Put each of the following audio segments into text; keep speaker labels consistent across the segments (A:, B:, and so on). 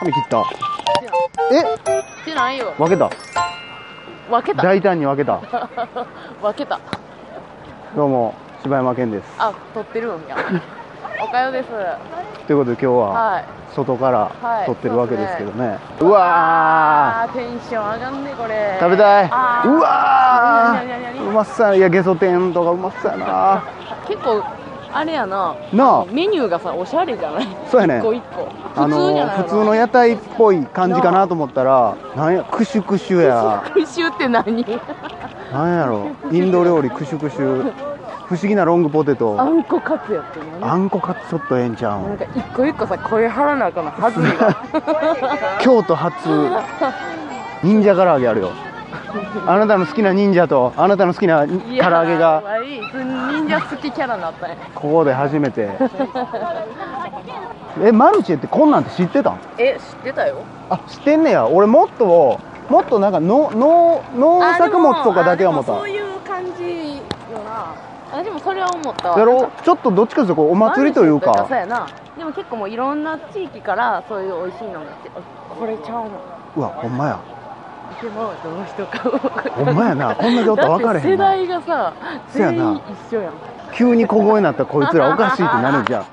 A: 髪切った。え
B: してないよ。
A: 分けた。
B: 分けた。
A: 大胆に分けた。
B: 分けた。
A: どうも、柴山健です。
B: あ、撮ってるん や。おかようです。
A: ということで今日は、
B: はい。
A: 外から
B: はい
A: 撮ってるわけですけどね。う
B: あ
A: わ
B: ー、テンション上がんね、これ。
A: ー食べたい。う
B: あー
A: わ
B: 何々
A: ー
B: 々
A: うまそうやな。いや、ゲソ天とかうまそうやな。
B: 結構、あれやな。
A: な
B: メニューがさ、おしゃれじゃない
A: あ、そうやね
B: 一。個一個。
A: あ
B: 普通じゃ
A: の
B: ない
A: 普通の屋台っぽい感じかなと思ったら、なんや、クシュクシュや。
B: 復習って何
A: なんやろインド料理クシュクシュ不思議なロングポテ
B: あ
A: ト
B: んこカツやって何
A: あんこカツちょっとええんちゃ
B: なん
A: う
B: か一個一個さ、声張らなあかんの、はずいが。
A: 京都初忍者唐揚げあるよあなたの好きな忍者とあなたの好き な唐揚
B: い
A: げ
B: やー
A: が
B: 悪い忍者好きキャラになったね
A: ここで初めてえマルチェってこんなんって知ってたん
B: え知ってたよ
A: あ知ってんねや俺もっともっとなんかのの農作物とかだけは思った
B: あでもそういう感じよなあでもそれは思ったわ
A: やろちょっとどっちかというとこうお祭りという
B: マルシェそう
A: か
B: やなでも結構もういろんな地域からそういう美味しいのが来てあこれちゃうの
A: うわほんまや
B: でもどの人か分か
A: ほんまやなこんだけおったら分かれへんな
B: だって世代がさ
A: せやな
B: 全員一緒やん
A: 急に小声になったらこいつらおかしいってなるじゃん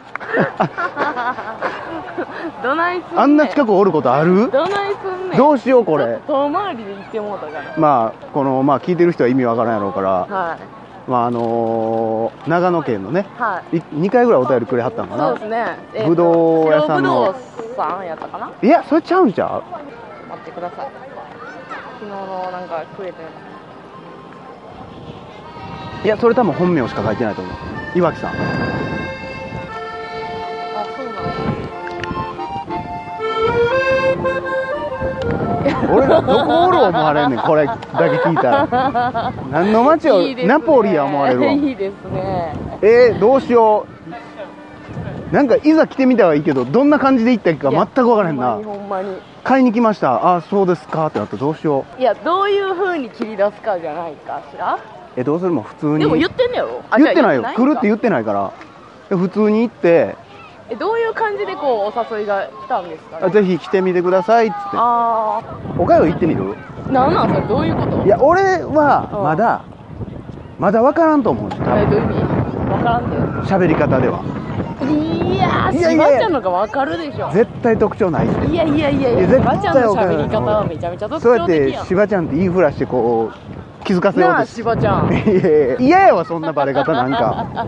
B: どないすんね
A: あんな近くおることある
B: どないすんねん
A: ど
B: う
A: うしようこれ
B: 遠回りで行ってもうたから
A: まあこのまあ聞いてる人は意味わからんやろうから
B: はい
A: まああのー長野県のね
B: はい
A: 2回ぐらいお便りくれはったんか
B: そうで
A: な
B: すね。えー
A: ぶどう屋さんの
B: 白ぶどうさんやったかな。
A: いやそれちゃうんちゃ
B: 待ってください。昨日のなんか食えたや
A: ういやそれ多分本名しか書いてないと思う岩木さん
B: つ。あ、そうなの。
A: 俺らどこおる思われんねんこれだけ聞いたら何の街を
B: いいですね
A: ナポリや思われるわ
B: いいですね。
A: えー、どうしようなんかいざ来てみたはいいけどどんな感じで行ったっけか全く分からへんな
B: ほんまにほんまに。
A: 買いに来ましたあそうですかってなったらどうしよ
B: いや、どういう風に切り出すかじゃないかしら。
A: うえどうするもう普通に
B: でも言ってんねやろ。あ
A: 言ってないよ来るって
B: う。
A: 言ってないからえ普通に行って
B: え、どういう感じでこうお誘いが来たんですか、
A: あ
B: ね。
A: ぜひ来てみてくださいっつっ
B: ああ
A: ておかよ行ってみる
B: ー、なんなんそれどういうこと？
A: いや俺は
B: うん
A: まだまだ分からんと思うし多
B: え
A: 分
B: どういう意味？わからんで。
A: 喋り方ではい
B: やー、
A: いやいやいや
B: しばちゃんのがわかるでしょ。
A: 絶対特徴ないし
B: いやいやいや
A: いや
B: いや、
A: 絶
B: ば
A: 対
B: ちゃんの喋り方はめちゃめちゃ特
A: そうや
B: 徴
A: っ
B: 的
A: て
B: やん。
A: しばちゃんって言いふらしてこう気づかせよう
B: な
A: と
B: あ、
A: し
B: しばちゃん。
A: いやいや嫌やわそんなバレ方なんか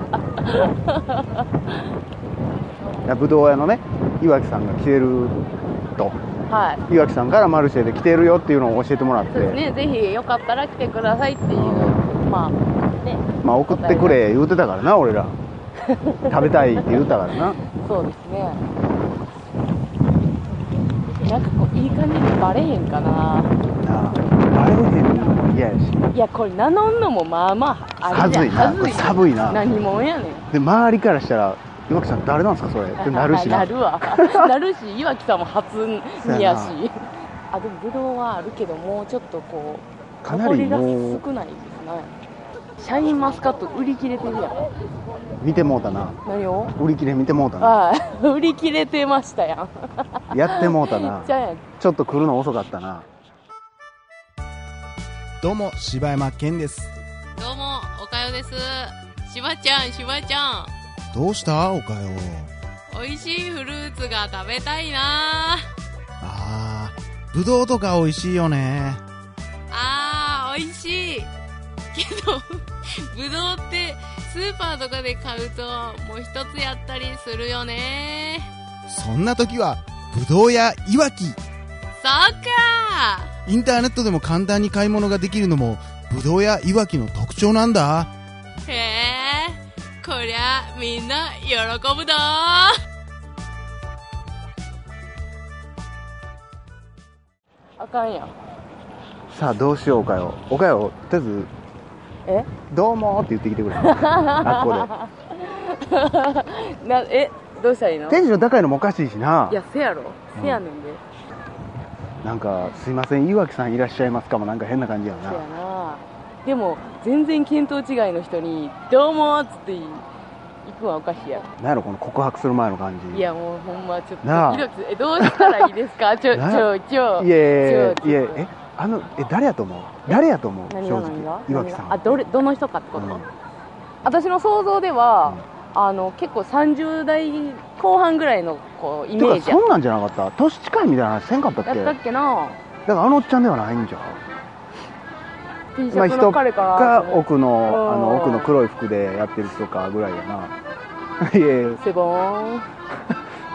A: いやぶどう屋のね岩木さんが来てると
B: はい。
A: 岩木さんからマルシェで来てるよっていうのを教えてもらっ
B: そうです
A: て、
B: ね、ぜひよかったら来てくださいっていう、まあ、ね、
A: まあ送ってくれ言うてたからな俺 ら食べたいって言うたからな
B: そうですね。なんかこう、いい感じにバレへんかな。
A: なあバレへんのも嫌やし
B: いや、これ名乗んのもまあまあ、あれじゃん
A: はずいな
B: は
A: これ寒いな
B: 何もんやねん。
A: で周りからしたら岩木さん誰なんですかそれってなるしな
B: なるわ。 なるし、岩木さんも初見やし
A: そ。
B: あ、でも、ぶどうはあるけど、もうちょっとこう、
A: かなりも
B: 残り
A: う
B: が少ないですねシャインマスカット売り切れてるやん
A: 見てもうたな
B: 何を
A: 売り切れ見てもうたな
B: ああ 売り切れてましたやん
A: やってもうた
B: めっ
A: な
B: ちゃやん
A: ちょっと来るの遅かったなどうも柴山健です
B: どうもおかよですしばちゃんしばちゃん
A: どうしたおかよ
B: 美味しいフルーツが食べたいな
A: あーぶどうとか美味しいよね
B: あー美味しいけどぶどうってスーパーとかで買うともう一つやったりするよね
C: そんな時は、ぶどうやいわき。
B: そっか
C: インターネットでも簡単に買い物ができるのも、ぶどうやいわきの特徴なんだ。
B: へえこりゃみんな喜ぶぞあかんやん
A: さあどうしようおかよおかよとりあえず
B: え
A: どうもって言ってきてく れあっこ
B: なえどうしたらいいの
A: でテンション高いのもおかしいしない
B: やせやろせやねんで、
A: なんかすいません岩木さんいらっしゃいますかもなんか変な感じや
B: せや
A: な
B: なでも全然見当違いの人に「どうも」っつって行くんはおかしいやろ
A: なんやろこの告白する前の感じ
B: いやもうほんまちょっと
A: なあ
B: ドキドキするえどうしたらいいで すかちょち
A: な
B: ょちょ
A: いやい
B: ちょ
A: やえあのえ誰やと思う誰やと思う
B: 何
A: 正
B: が
A: 直
B: 何が
A: 岩木さん
B: あどれどの人かってこと、
A: うん
B: 私の想像では、あの結構30代後半ぐらいのこうイメ
A: て
B: ー
A: か
B: ジや
A: そんなんじゃなかった年近いみたいな話せんかったっけ
B: やった
A: だ
B: っ
A: か
B: けな
A: らあのおっちゃんではないんじゃ
B: T シ
A: まあ
B: ャツの彼か
A: う
B: な
A: か
B: と思って
A: 奥のあ
B: う
A: の
B: ん
A: 奥の黒い服でやってる人かぐらいやな いやいや
B: セボーン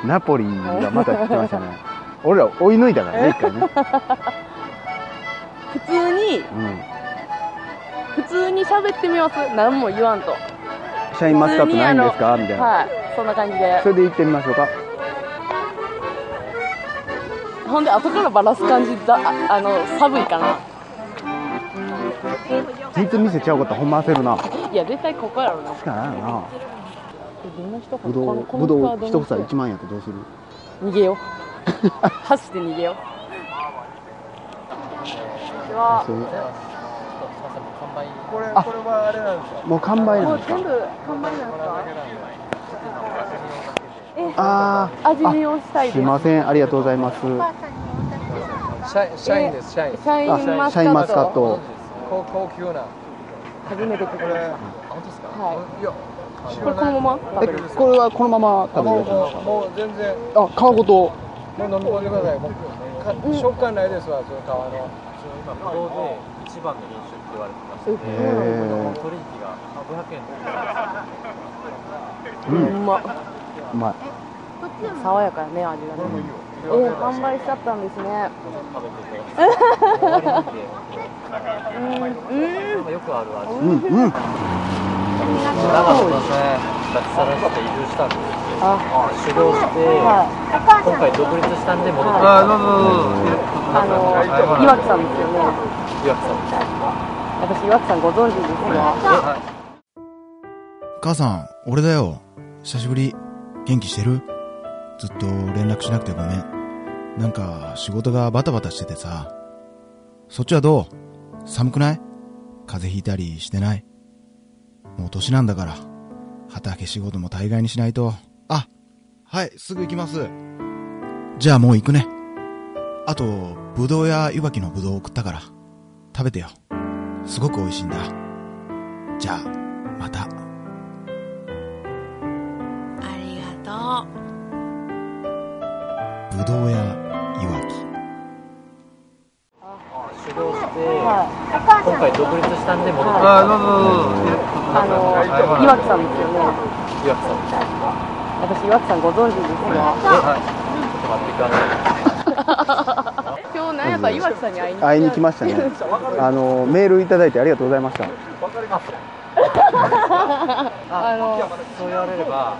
A: ナポリがまた来てましたね俺ら追い抜いたからね一回ね、
B: 普通に
A: うん、
B: 普通に喋ってみます何も言わんと
A: シャインマスカットないんですかみたいな、
B: はいそんな感じで
A: それで行ってみましょうか
B: ほんで後からバラす感じだああの寒いかな
A: 実見せちゃうことほんま焦るない
B: や絶対ここやろな
A: しかないよな
B: えどんな人
A: ぶ
B: かな
A: ど
B: こ
A: う
B: のこ
A: ぶ
B: の人
A: ど
B: は
A: う
B: どん
A: 一
B: な
A: 房
B: 人や
A: 1万円やとどうする
B: 逃げよう 走って逃げようでは
A: そう
D: これ
A: あ
D: これはあれなんですよ
A: もう完売
B: も
A: なん
B: う
A: です
B: 全
A: か
B: 部完売なんですかえ
A: あ
B: 味見をしたい
A: ー
B: です
A: いませんありがとうございます
D: 社員社員です社員
B: シャインマ
A: あ
B: ス
A: シャ
B: カッ
A: イ
B: ト
A: ンマスカット
D: 高高級な
B: 初めて食
D: こ
B: べ
D: れ
B: ました
D: 本当ですか
B: はい
D: や知
B: これ
D: ら
B: こ
D: ない
B: のまま食
A: え
B: べる
A: これはこのまま
D: あ
A: 食べ
D: も
A: ら
D: う
A: れてま
D: も
A: し
D: うもう全然
A: たあ皮ごと
D: もう飲み込んでくださいもうか
B: うん
D: 食感ないですわその皮の
E: 今ブドウで一番の飲酒って言われてまし
B: え
E: て、
A: へ
E: もう
A: え
E: 取引が500円で
A: う
B: うんんうま
A: うまい
B: 爽やかやね味がねえ
D: これもいいよ
B: ー、完売しちゃったんですね
E: 食べてて、終わりなんで、
B: うんうん
E: まあよくある味、
A: うんうん
E: 長野のね、脱サラして移住したんですけど、
B: あ
E: 修行して、
B: はい
E: 今回独立したんで戻ってき
D: あ
E: た、
D: どうぞどうぞ
B: あの岩木さんですよね
E: 岩城さん。
B: 私岩木さんご存知ですよ
F: 母さん、俺だよ。久しぶり。元気してるずっと連絡しなくてごめん。なんか、仕事がバタバタしててさ。そっちはどう寒くない風邪ひいたりしてないもう年なんだから。畑仕事も大概にしないと。あ、はい、すぐ行きます。じゃあもう行くね。あと、ぶどうやいわきのぶどうを送ったから。食べてよ。すごく美味しいんだ。じゃあ、また。
G: ありがとう
F: ぶどうやいわき
E: 修行して、
B: はい
E: 今回独立したんで戻ってきた、
D: あどうぞどうぞ
B: あの岩木さんですよね
E: 岩城さん。
B: 私岩木さんご存知ですよ
E: ちょっと待ってください。
B: 今日なんやったら岩木さんに会いに
A: 会いに来ましたね あのメールいただいてありがとうございました
B: あの
E: そう言われれば、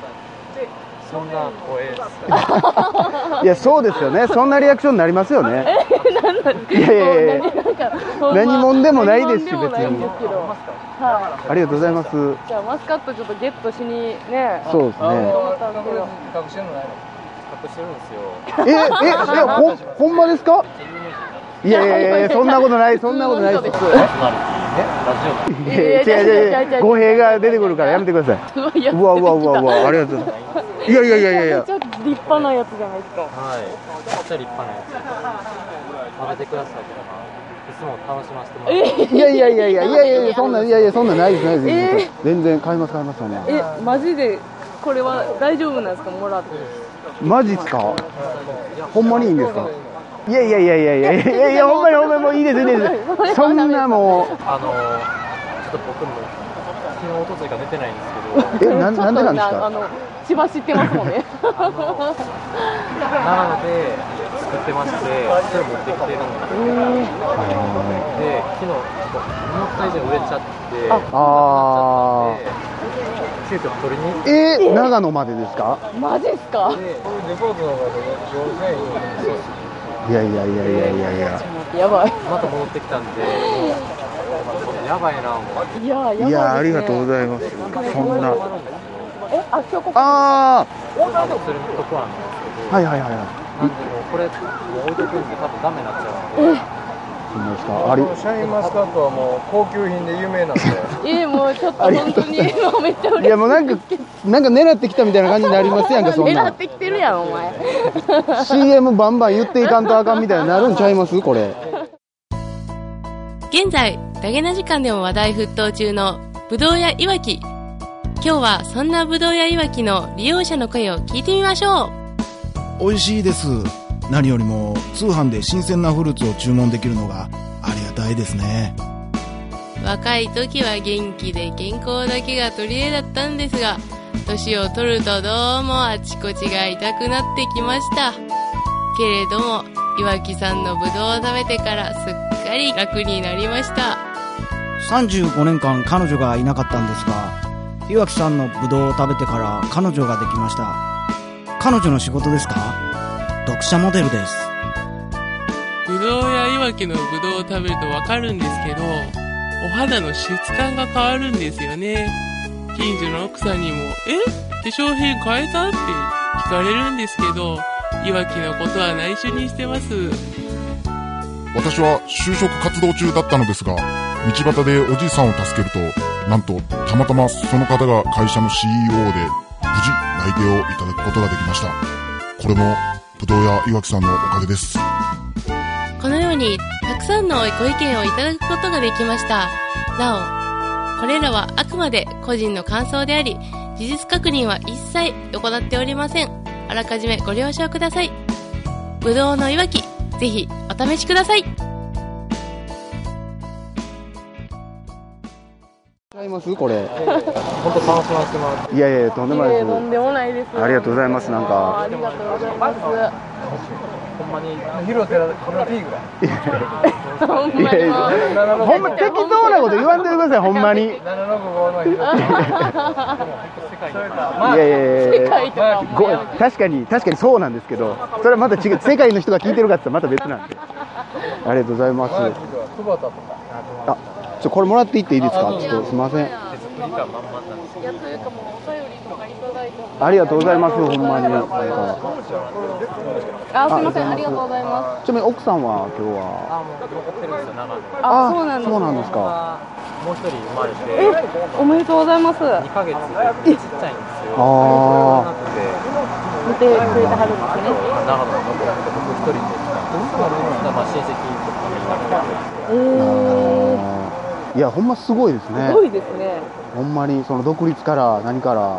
E: そんな光栄です。
A: いやそうですよねそんなリアクションになりますよねいやいやいや何もんでもないですし
B: 何もんでもない
A: 別
B: ん
A: に
B: ですけどは
A: ありがとうございます
B: いじゃあマスカットちょっとゲットしにね
A: そうですね
D: あのー隠してんのないの
E: 隠してるんですよ。
A: え、え、え、ほん、ほんまですか。いやいやいやいや、そんなことない、そんなことないです。
E: パーソナリティね、ラジオ
A: いやいやいやいや、語弊が出てくるから、やめてくださ
B: うわ
A: い。
B: や
A: うわうわうわうわ、ありがとうございます。いやいやいやいやいや
B: めち、ゃくちゃ立派なやつじゃないですか
E: はい。めっちゃ立派なやつ。食べてください。いつも楽しませてもらって。
A: いやいやいやいや、いやいやいや、そんな、いやいや、そんなないです、ないです。全然買います、買います、そんな。
B: えマジでこれは大丈夫なんですかもらって
A: マジっすか。ほんまにいいんですか。いやいやいやいやいやいやいや、ほんまに、ほんまに、もういいです、いいです。そんなも
E: あのー、ちょっと僕も昨日おとついか出てないんですけ
A: う、
E: ど、
A: え、なん、なんでなんです
B: ちょっと
A: か。
B: あの千葉知ってますもんね
E: 長野で作ってまして、それ持ってきてるんですけど、で、昨日ちょっと思った以上に売れちゃって、なくなっち
A: あ
E: ゃったんで、急遽取りに行って、
A: え、長野までですか。
B: マジっすか
D: こういうレポートの方が上手いいよ
A: いやいやいやいやいやいや。
B: やばい
E: また戻ってきたんで、もうやばいな、もう。
B: いやーやばいです、ね、
A: いやありがとうございます。そんな。
B: えあ今日ここ
A: あ
E: それのとこなんですけど、
A: あ、はいはいはいは
E: なんでもうこれ、もう置いとくんで、多分ダメになっちゃうので、
A: んですかあり
D: シャインマスカットはもう高級品で有名なん で
B: ええもうちょっと本 当にもうめっちゃ嬉し
A: いやもうなんかなんか狙ってきたみたいな感じになりますやん かそん
B: 狙
A: な
B: っ
A: ん
B: てきてるやんお前
A: CM バンバン言っていかんとあかんみたいになるんちゃいますこれ
G: 現在、ダゲな時間でも話題沸騰中のぶどう屋いわき。今日はそんなぶどう屋いわきの利用者の声を聞いてみましょう。
F: 美味しいです何よりも通販で新鮮なフルーツを注文できるのがありがたいですね
G: 若い時は元気で健康だけが取り柄だったんですが年を取るとどうもあちこちが痛くなってきましたけれども岩木さんのぶどうを食べてからすっかり楽になりました
H: 35年間彼女がいなかったんですが岩木さんのブドウを食べてから彼女ができました彼女の仕事ですか読者モデルです
I: ぶどうやいわきのぶどうを食べるとわかるんですけど、お肌の質感が変わるんですよね。近所の奥さんにも、え化粧品変えたって聞かれるんですけど、いわきのことは内緒にしてます。
J: 私は就職活動中だったのですが、道端でおじいさんを助けると、なんとたまたまその方が会社の CEO で、無事内定をいただくことができました。これも、ぶどう屋岩木さんのおかげです。
G: このようにたくさんのご意見をいただくことができましたなおこれらはあくまで個人の感想であり事実確認は一切行っておりませんあらかじめご了承くださいぶどうのいわきぜひお試しください
A: ちゃいますこれ
D: 本当楽しませてもらって
A: いやいやとんでもない
B: え
A: で
B: え
A: す
B: とんでもないです
A: ありがとうございますなんか
B: あありがとうございます
D: ほんまに広寺の P ぐらい
B: ほんま
A: い
B: に
A: やいやほんま適当なこと言わんといてくださいほんまにい
D: 765の 広寺それかまあ
A: やいやい
B: 世
A: や
B: 界とか
A: ご
B: もう
A: 確かに確かにそうなんですけどそれはまた違う世界の人が聞いてるかって言ったらまた別なんでありがとうございます
D: マーキーとか久保田とか
A: あちょっとこれもらっていっていいですかちょっとすいません
B: いやというかもうお便りとかいただいても
A: ありがとうございますほんまになんか
B: あすいませんありがとうございま
A: ちなみに奥さんは今日は
B: すあそうなんです
A: そうなんですか
E: もう一人生まれて、
B: おめでとうございます
E: 2ヶ月でちっちゃいんですよ。
A: あー
E: なくて
B: 見てくれてはるんですね
E: 長野の僕一人で来たんですけど、まあ、親戚とかみんなで
B: え
A: いやほんますごいです
B: え
A: ね
B: すごいですね
A: ほんまにその独立から何から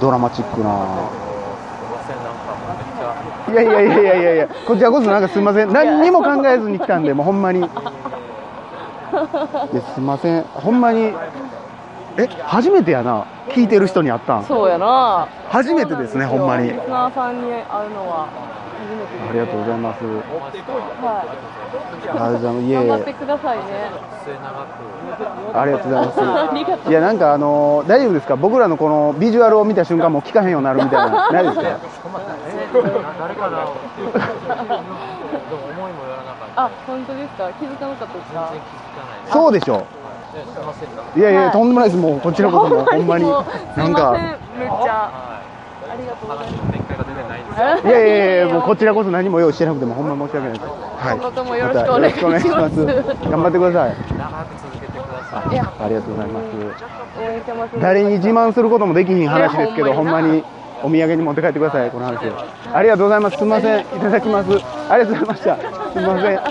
A: ドラマチックな
E: すいませんなんかもうめっちゃ
A: いやいやいやいやいやいやこちらこそなんかすいません何にも考えずに来たんでもうほんま にいやすいませんほんまにえ初めてやな聞いてる人に会ったん
B: そうやな
A: 初めてですねほんまに
B: リスナーさんに会うのは初めてですね
A: ありがとうございます
B: は
A: ありがとうございますい
B: い
A: え
B: 頑
A: い
B: 張って
A: え
B: くださいね
E: 末永く
A: ありがとうございます
B: ありがとう
A: いやなんかあのー大丈夫ですか僕らのこのビジュアルを見た瞬間もう聞かへんようになるみたいなないですか
E: 誰かなっていうでも思いもよらなかった
B: あ本当ですか気づかなかったですか
E: 全然気づかないです
A: そうでしょ
E: いやすいませんなんか
A: いやい
B: は
A: や
B: い
A: とんでもないですもうこっちらこそもう ほんまに
B: もうす
A: ないん
B: ませ
A: か
B: んめっちゃ
E: はい
B: ありがとうござい
E: 話
B: ま
E: の展開が全然ないんですよ
B: す
A: いやいやいやもうこちらこそ何も用意してなくてもほんま申し訳ないですはい
B: 今後ともよろしくお願いし
A: たよろし
B: ます
A: くお願いします頑張ってください
E: 長く続けてください
B: いや
A: ありがとうございます
B: 応援してます
A: 誰に自慢することもできひん話ですけど
B: いや
A: ほ
B: ほ
A: ん
B: ん
A: ま
B: ま
A: に
B: に
A: お土産に持って帰ってくださいこの話をありがとうございますすみませんいただきますありがとうございましたすみません
B: ありがとうございます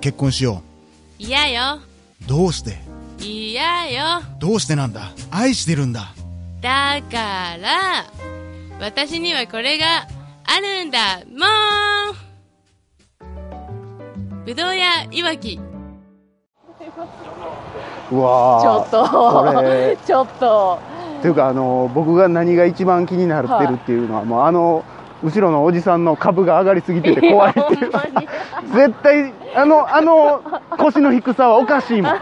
F: 結婚しよ
G: 嫌よ
F: うどうして
G: 嫌よ
F: どうしてなんだ愛してるんだ
G: だから私にはこれがあるんだもんぶどう屋いわき
A: うわー
B: ちょっ
A: ことれ、
B: ちょっと、
A: というかあの僕が何が一番気になってるっていうのは、もうあの後ろのおじさんの株が上がりすぎてて怖いっていう
B: いやほんま に
A: 絶対あのあの腰の低さはおかしいもん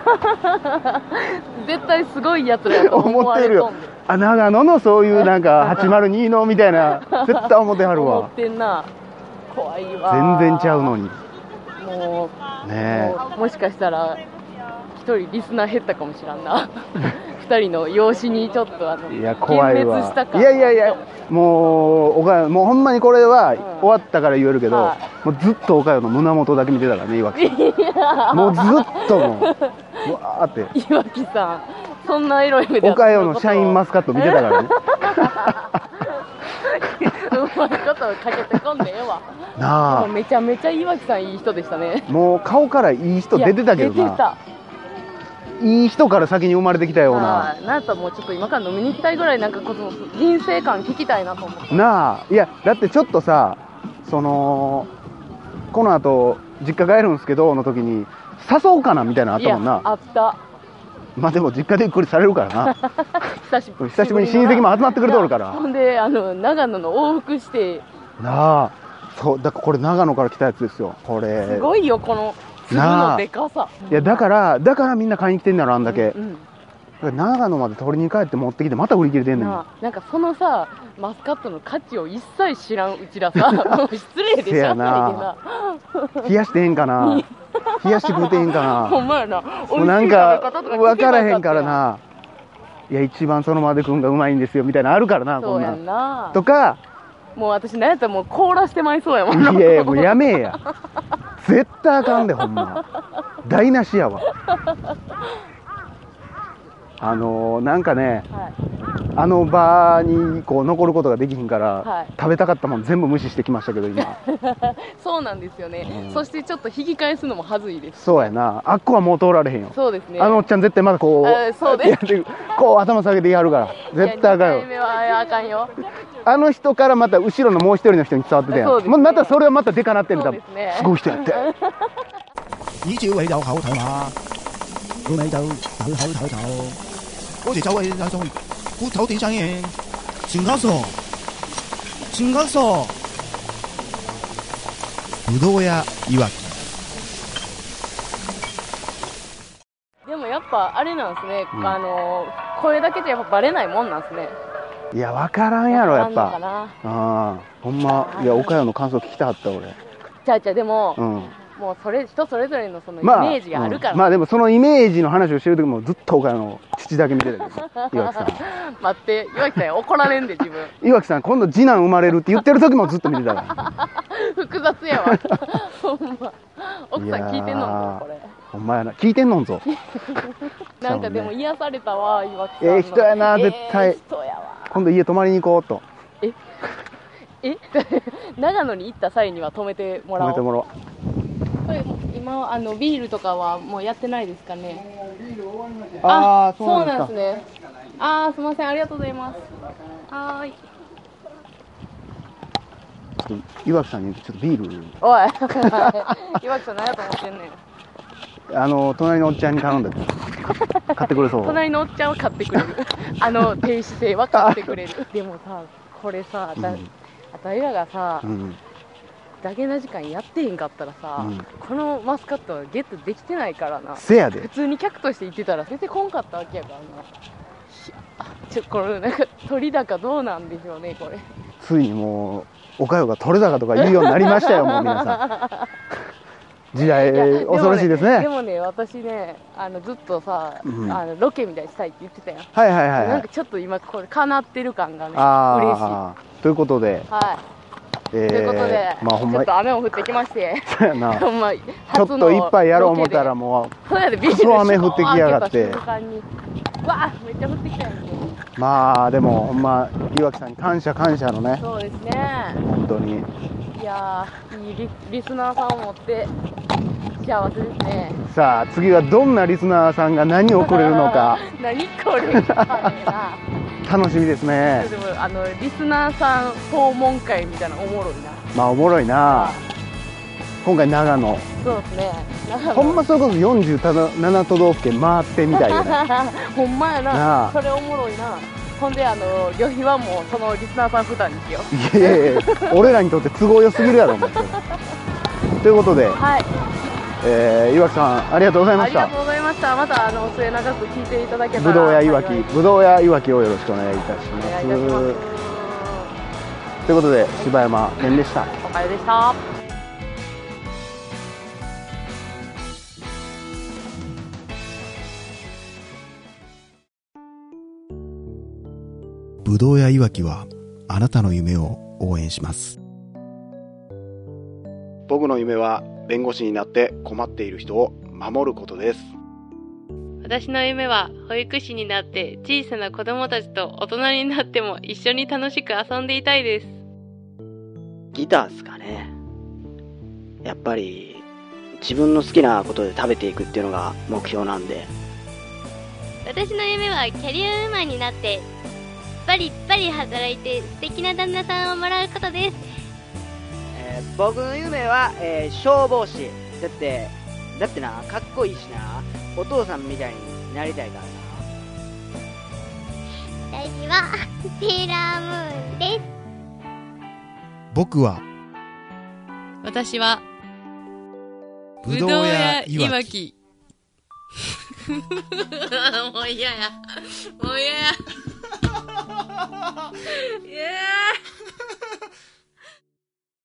B: 絶対すごいやつだと思
A: 思っ
B: わ
A: て
B: れ
A: る
B: と
A: よ
B: んで
A: あ長野のそういうなんか802のみたいな絶対思ってはる
B: 思
A: わ
B: ってんな、怖いわ、
A: 全然ちゃうのに
B: もう、
A: ねえ
B: もうもしかしたら、一人リスナー減ったかもしらんな、二人の養子にちょっとあの
A: いや怖い
B: 幻滅
A: わ
B: したか
A: いやいやいやもうおかよもうほんまにこれは終わったから言えるけど、
B: は
A: もうずっとおかよの胸元だけ見てたからねいわきさんもうずっともうわーって
B: 岩木さんそんなエロい目で
A: おかよのシャインマスカット見てたか らね
B: うまいことかけてこんでええわ
A: なあ
B: めちゃめちゃ岩木さんいい人でしたね
A: もう顔からいい人出てたけど
B: いや
A: な
B: 出てた
A: いい人から先に生まれてきたよう
B: あ
A: な
B: ーなんかもうちょっと今から飲みに行きたいぐらいなんかこの人生観聞きたいなと思って
A: なあいやだってちょっとさそのこの後実家帰るんすけどの時に誘おうかなみたいなのあったもん
B: いやあ
A: な
B: った
A: まあでも実家でゆっくりされるからな
B: 久しぶり
A: 久しぶりに親戚も集まってくれとるから
B: ほんであの長野の往復して
A: なあそうだからこれ長野から来たやつですよこれ
B: すごいよこの粒
A: な
B: の
A: あ
B: でかさ
A: いやだからだからみんな買いに来てんだろあんだけ、
B: うん
A: だから長野まで取りに帰って持ってきてまた売り切れてんの
B: なあなんかそのさマスカットの価値を一切知らんうちら さもう失礼でし
A: せ
B: ょ
A: やなに冷やしてへんか な冷やして食うてへんか
B: ほん
A: な
B: まやな
A: もうなんか分
B: 分
A: からへんからないや一番そのまでくんがうまいんですよみたいなのあるからなこ
B: そうんや
A: なん
B: な
A: とか
B: もう私なんやったらもう凍らしてまいそうやもん
A: い
B: な
A: やい やもうやめえや絶対あかんでほんま台無しやわあのーなんかね
B: はい
A: あの場にこう残ることができひんから、
B: はい
A: 食べたかったもん全部無視してきましたけど今
B: そうなんですよね、
A: うん
B: そしてちょっと引き返すのも恥ずいです
A: そうやなあっこはもう通られへんよ、
B: そうですね
A: あのおっちゃん絶対まだこ
B: あ
A: う
B: そうです
A: やってこう頭下げてやるから絶対あかん
B: いや二
A: よ
B: 回目はあかんよ
A: あの人からまた後ろのもう一人の人に伝わってたやん
B: そうですね
A: もうまたそれはまたでかなってる多分
B: そうですね
A: すごい人やって
F: 咦朝偉有口頭馬，老尾豆有口頭頭，嗰時周偉有種骨頭點生嘢，全家傻，全家傻。ぶどう屋いわき。
B: でもやっぱあれなんですね、あの声だけじゃやっぱバレないもんなんですね
A: いや分からんやろやっ
B: あんの
A: ぱ
B: か
A: ああほんまいや岡山の感想聞きたかった俺
B: なちゃうちゃうでも、
A: うん
B: もうそれ人それぞれのそのイメ
A: まあ
B: ージがあるか
A: う
B: ら、
A: んまあでもそのイメージの話をしてる時もずっと岡山の父だけ見てたけど岩木さん
B: 待って岩城さん怒られんで自 分
A: 岩木さん今度次男生まれるって言ってる時もずっと見てた から
B: 複雑やわほんま奥さん聞いてんの
A: いやー
B: かこれ
A: ほんまやな聞いてんのんぞ
B: なんかでも癒されたわ岩城さんの
A: ええ人やな絶対
B: ええ人やわ
A: 今度家泊まりに行こうと
B: え 長野に行った際には止めても
A: 止
B: らお
A: め
B: う
A: てもらおう
B: これ今あのビールとかはもうやってないですかね
A: ああー
B: そうなん
A: か
B: ですねああすみませんありがとうございますはーい
A: ちょっと岩木さんにちょっとビー
B: おい 岩城さん何やと思ってんねん
A: ルあの隣のおっちゃんに頼んだけど買ってくれ そう
B: 隣のおっちゃんは買ってくれるあの低姿勢は買って くれるでもさこれさだ、
A: うん
B: あたいらがさ、
A: うん
B: ダゲな時間やってへんかったらさ、
A: うん
B: このマスカットはゲットできてないからな
A: せや
B: 普
A: で
B: 通に客として行ってたら出てこんかったわけやからなひあちょこれなんか鳥だかどうなんでしょうねこれ
A: ついにもうおかよが取れ高とか言うようになりましたよ もう皆さん時代
B: いやでもね
A: 恐ろしいですね
B: でもね私ねあのずっとさ、
A: うん
B: あのロケみたいにしたいって言ってたやん、
A: はいはいはいは
B: なん
A: い
B: かちょっと今これ叶ってる感がね嬉しい
A: ああということで、
B: はい
A: えー
B: ということで、
A: まあほん
B: ちょ
A: ま
B: っ
A: に
B: と雨も降ってきまして、
A: そうや な
B: ほんま、ち
A: ちょっと一杯やろう思ったら、も
B: そうやで、ビール
A: クソ雨降ってきやがって
B: シュワー開けた瞬間にうわあ、めっちゃ降ってきたやんけ。
A: うまあでもほんま岩木さんに感謝感謝のね
B: そうですね。
A: 本当に
B: いやー、いいリリスナーさんを持って、幸せですね。
A: さあ次はどんなリスナーさんが何をくれるのか
B: 何 これ、あれな。
A: 楽しみですね
B: でも、あの、リスナーさん訪問会みたいなのおもろいな。
A: まあおもろいな今回長野
B: そうですね。なんか
A: ほんまそれこそ47都道府県回ってみたいよ ね
B: ほんまやな
A: なあ
B: それおもろいなほんであの旅費はもうそのリスナーさん負担にしよう
A: いやいやいや俺らにとって都合良すぎるやろお前それということで、
B: はい
A: えー、岩木さんありがとうございま
B: あ
A: し
B: り
A: た
B: がとうございましたまたあの末永く聞いていただけたら
A: ぶどう屋いわき
B: 幸
A: ぶどう屋いわきをよろしくお願いいたし
B: お
A: ま
B: 願い
A: す
B: いたします
A: ということで柴山健でした
B: おかゆでした
F: ぶどう屋いわきはあなたの夢を応援します僕の夢は弁護士になって困っている人を守ることです
G: 私の夢は保育士になって小さな子供たちと大人になっても一緒に楽しく遊んでいたいです。
K: ギターですかね。やっぱり、自分の好きなことで食べていくっていうのが目標なんで、
L: 私の夢はキャリアウーマンになってバリバリ働いて素敵な旦那さんをもらうことです
K: えー僕の夢は、えー消防士だってだってなかっこいいしなお父さんみたいになりたいから
L: 私はセーラームーンです
F: 僕は
G: 私は、
F: ぶどう屋
G: ぶどう
F: いわ
G: き。もう嫌や。もう嫌や。いや